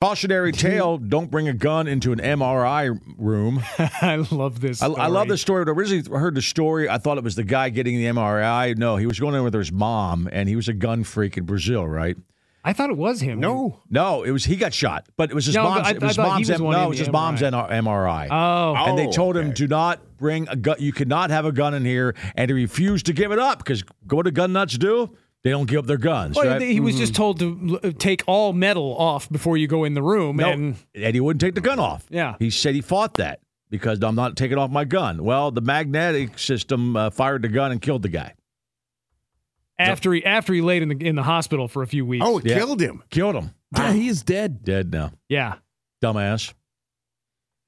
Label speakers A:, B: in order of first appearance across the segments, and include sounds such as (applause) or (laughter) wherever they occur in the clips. A: Cautionary
B: (laughs)
A: tale: Don't bring a gun into an MRI
B: (laughs)
A: room.
B: I love this.
A: I, I love
B: story.
A: this story. When I originally heard the story, I thought it was the guy getting the MRI. No, he was going in with his mom, and he was a gun freak in Brazil, right?
B: I thought it was him. No.
A: No, it was he got shot, but it was his
B: No,
A: mom's.
B: I-
A: it was
B: I
A: his
B: thought he
A: mom's.
B: was
A: M-
B: the one
A: no,
B: in
A: it was
B: the
A: his mom's
B: MRI.
A: MRI.
B: Oh.
A: and they
C: Oh,
A: told him
C: okay.
A: do not bring a gun. You cannot have a gun in here, and he refused to give it up because what do gun nuts do? They don't give up their guns.
B: Well,
A: right?
B: Oh, He was just
A: Mm-hmm.
B: told to l- uh, take all metal off before you go in the room.
A: No,
B: And
A: Eddie wouldn't take the gun off.
B: Yeah.
A: He said he fought that because I'm not taking off my gun. Well, the magnetic system uh, fired the gun and killed the guy.
B: after he after he laid in the in the hospital for a few weeks.
C: Oh, it
A: Yeah.
C: killed him.
A: Killed him.
C: Yeah, he's dead.
A: Dead now.
B: yeah.
A: Dumbass.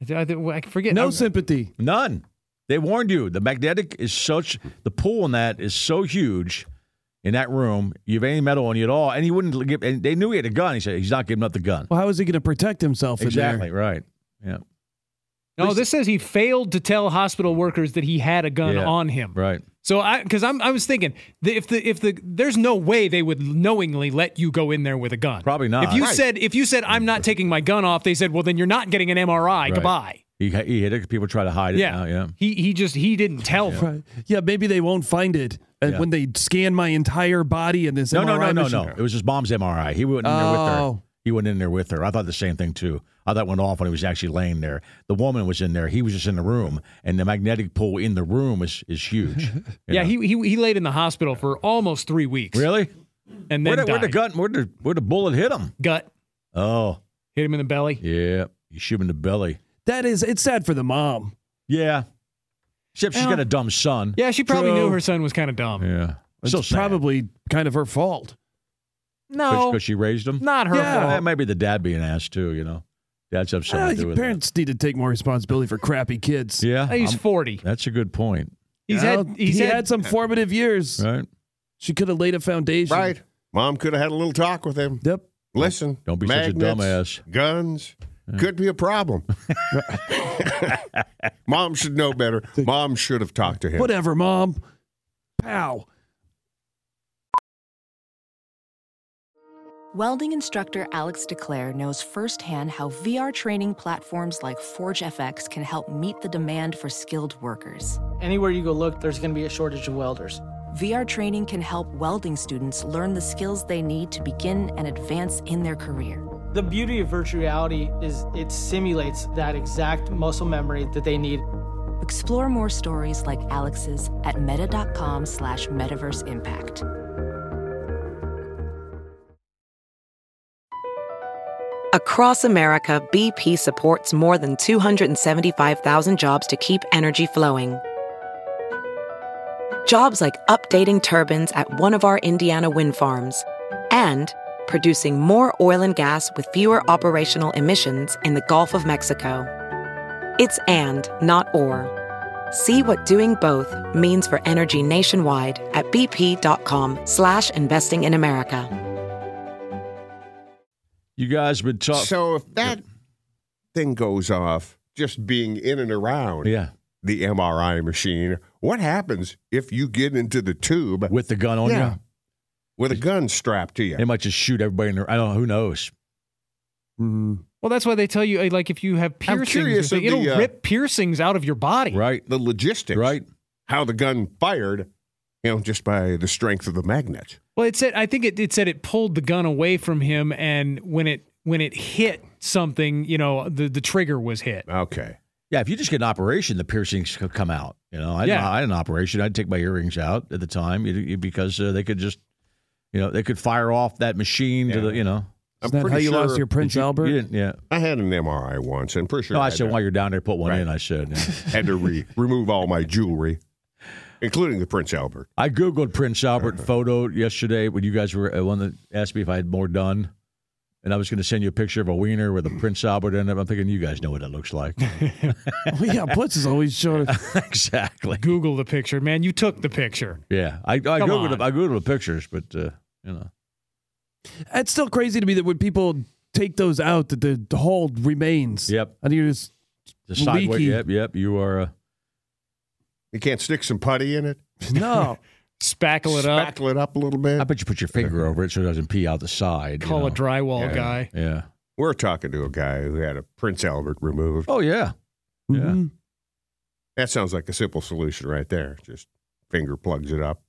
B: I, th- I, th- I forget.
C: No
B: I-
C: sympathy.
A: None. They warned you. The magnetic is such, the pull in that is so huge in that room. You have any metal on you at all. And he wouldn't give, and they knew he had a gun. He said, he's not giving up the gun.
C: Well, how is he going to protect himself in there?
A: Exactly. Right. Yeah.
B: No, this says he failed to tell hospital workers that he had a gun
A: Yeah.
B: on him.
A: Right.
B: So I because I'm I was thinking the, if the if the there's no way they would knowingly let you go in there with a gun.
A: Probably not.
B: If you
A: Right.
B: said if you said I'm not taking my gun off, they said, well then you're not getting an MRI. Goodbye.
A: He, he hit it. People try to hide it
B: Yeah.
A: now. Yeah.
B: He he just he didn't tell them.
C: Right. Yeah, maybe they won't find it uh,
A: Yeah.
C: when they scan my entire body in this
A: No,
C: MRI
A: no, no, no,
C: machine.
A: no. It was his mom's MRI. He went in there with her.
C: Oh.
A: He went in there with her. I thought the same thing too. I thought it went off when he was actually laying there. The woman was in there. He was just in the room, and the magnetic pull in the room is is huge. you
B: Yeah,
A: know.
B: he, he he laid in the hospital for almost three weeks.
A: really.
B: And
A: Where
B: then
A: the, where the
B: died.
A: gun? Where the where the bullet hit him?
B: gut
A: Oh,
B: hit him in the belly.
A: yeah. He shoot him in the belly.
C: That is, it's sad for the mom.
A: Yeah. Except she's
B: Well-
A: got a dumb son.
B: Yeah, she probably
C: True.
B: knew her son was kind of dumb.
A: Yeah.
C: It's
A: Still sad.
C: probably kind of her fault.
B: No,
A: because she raised him.
B: not her
C: Yeah.
B: fault.
A: That might be the dad being asked too. You know, dad's have
C: Uh,
A: something to do with
C: parents need to take more responsibility for crappy kids.
A: it. Yeah.
B: He's
A: I'm-
B: forty.
A: that's a good point.
B: He's
C: You know,
B: had he's
C: he
B: had,
C: had some formative years.
A: Right.
C: She could have laid a foundation.
D: Right. Mom could have had a little talk with him.
C: Yep.
D: Listen.
A: Don't be such a
D: magnets, Guns could be
A: (laughs)
D: a problem. (laughs) Mom should know better. Mom should have talked to him.
C: Whatever, mom. Pow.
E: Welding instructor Alex DeClaire knows firsthand how VR training platforms like ForgeFX can help meet the demand for skilled workers.
F: Anywhere you go look, there's going to be a shortage of welders.
E: VR training can help welding students learn the skills they need to begin and advance in their career.
F: The beauty of virtual reality is it simulates that exact muscle memory that they need.
E: Explore more stories like Alex's at meta.com slash metaverse impact.
G: Across America, BP supports more than 275,000 jobs to keep energy flowing. Jobs like updating turbines at one of our Indiana wind farms and producing more oil and gas with fewer operational emissions in the Gulf of Mexico. It's and, not or. See what doing both means for energy nationwide at bp.com slash investing in America.
A: You guys been talking.
D: So if that thing goes off, just being in and around
A: yeah.
D: the MRI machine, what happens if you get into the tube
A: with the gun on
D: Yeah. with a gun strapped to
A: you.
D: you?
A: They might just shoot everybody in there. I don't know. Who knows?
B: Well, that's why they tell you, like, if you have
D: I'm
B: piercings,
D: curious
B: they-
D: of
B: it'll
D: the, uh,
B: rip piercings out of your body.
A: Right.
D: the logistics,
A: Right.
D: How the gun fired, you know, just by the strength of the magnet.
B: Well, it said, I think it, it said it pulled the gun away from him, and when it when it hit something, you know, the the trigger was hit.
D: Okay.
A: Yeah. If you just get an operation, the piercings could come out. You know, I,
B: Yeah.
A: I had an operation. I'd take my earrings out at the time you- you- because uh, they could just, you know, they could fire off that machine to the, you know.
D: I'm
C: Isn't that how
D: pretty
C: you
D: sure
C: lost your Prince
A: You- you
C: Albert?
A: didn't- yeah.
D: I had an MRI once, and pretty sure
A: No,
D: I
A: I
D: had
A: said,
D: to-
A: while you're down there, put one
D: Right.
A: in. I said,
D: (laughs)
A: yeah.
D: had
A: (laughs)
D: to re- remove all my jewelry, including the Prince Albert.
A: I Googled Prince Albert photo yesterday when you guys were uh, one that asked me if I had more done. and I was going to send you a picture of a wiener with a Prince Albert in it. I'm thinking you guys know what that looks like.
C: (laughs) Oh, yeah, Blitz is always showing. it.
A: (laughs) exactly.
B: Google the picture, man. You took the picture.
A: Yeah, I I googled
B: on.
A: I googled the pictures, but uh, you know,
C: It's still crazy to me that when people take those out, that the, the hall remains.
A: Yep.
C: And you just
A: the sideways.
C: Leaky.
A: Yep, yep. You are. Uh,
D: You can't stick some putty in it.
A: (laughs)
C: no.
B: Spackle it up.
D: Spackle it up a little bit.
A: I bet you put your finger over it so it doesn't pee out the side. you
B: Call a
A: know.
B: drywall
A: (laughs)
D: Yeah.
B: guy.
A: Yeah.
D: We're talking to a guy who had a Prince Albert removed.
A: Oh yeah. Yeah.
D: Mm-hmm.
C: Mhm.
D: That sounds like a simple solution right there. Just finger plugs it up.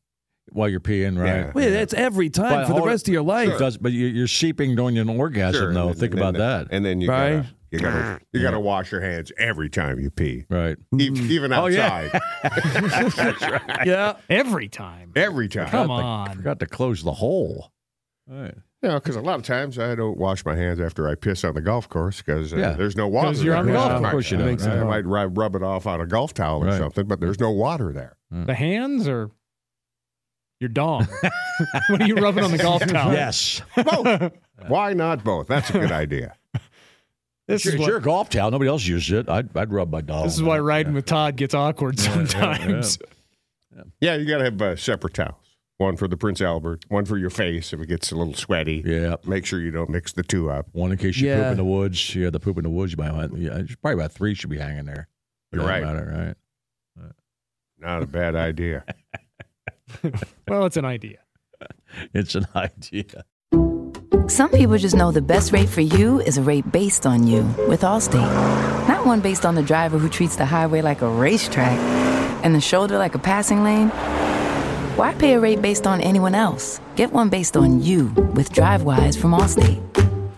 A: While you're peeing, right?
D: Yeah.
C: Wait, that's every time
A: But
C: for the
A: hold it-
C: rest of your life.
A: It does, but you, you're seeping during an orgasm,
D: Sure,
A: though.
D: and then-
A: Think
D: and
A: about
D: then-
A: that.
D: And then you
C: Right.
D: gotta you gotta you gotta wash your hands every time you pee,
A: right.
D: E- even
A: Oh, yeah.
D: outside.
A: (laughs)
C: Yeah.
B: Every time.
D: Every time.
B: Come
A: I
B: on.
A: forgot to close the hole. All right.
D: Yeah, because a lot of times I don't wash my hands after I piss on the golf course because uh,
A: Yeah.
D: there's no water.
B: 'Cause you're on the
D: there.
B: golf
D: I might-
A: course, you
D: I,
A: don't,
D: might- I might rub, rub it off on a golf towel or
A: Right.
D: something, but there's no water there.
B: The hands or your dong? (laughs) what are you rubbing on
A: (laughs)
B: the golf towel?
A: Yes.
D: Both. Why not both? That's a good (laughs) idea.
B: (laughs) This
A: it's
B: is
A: your, it's your
B: what,
A: golf towel. Nobody else uses it. I'd, I'd rub my dog.
B: this is why riding with Todd gets awkward sometimes. (laughs)
D: Yeah, you got to have uh, separate towels. One for the Prince Albert, one for your face if it gets a little sweaty.
A: Yeah.
D: Make sure you don't mix the two up.
A: One in case you
C: Yeah.
A: poop in the woods. Yeah, the poop in the woods. You might want. Yeah, it's probably about three should be hanging there.
D: You're
A: Doesn't
D: right.
A: matter, right?
D: Not a bad idea.
B: Well, it's an idea.
A: It's an (laughs) idea.
H: Some people just know the best rate for you is a rate based on you with Allstate. Not one based on the driver who treats the highway like a racetrack and the shoulder like a passing lane. Why pay a rate based on anyone else? Get one based on you with DriveWise from Allstate.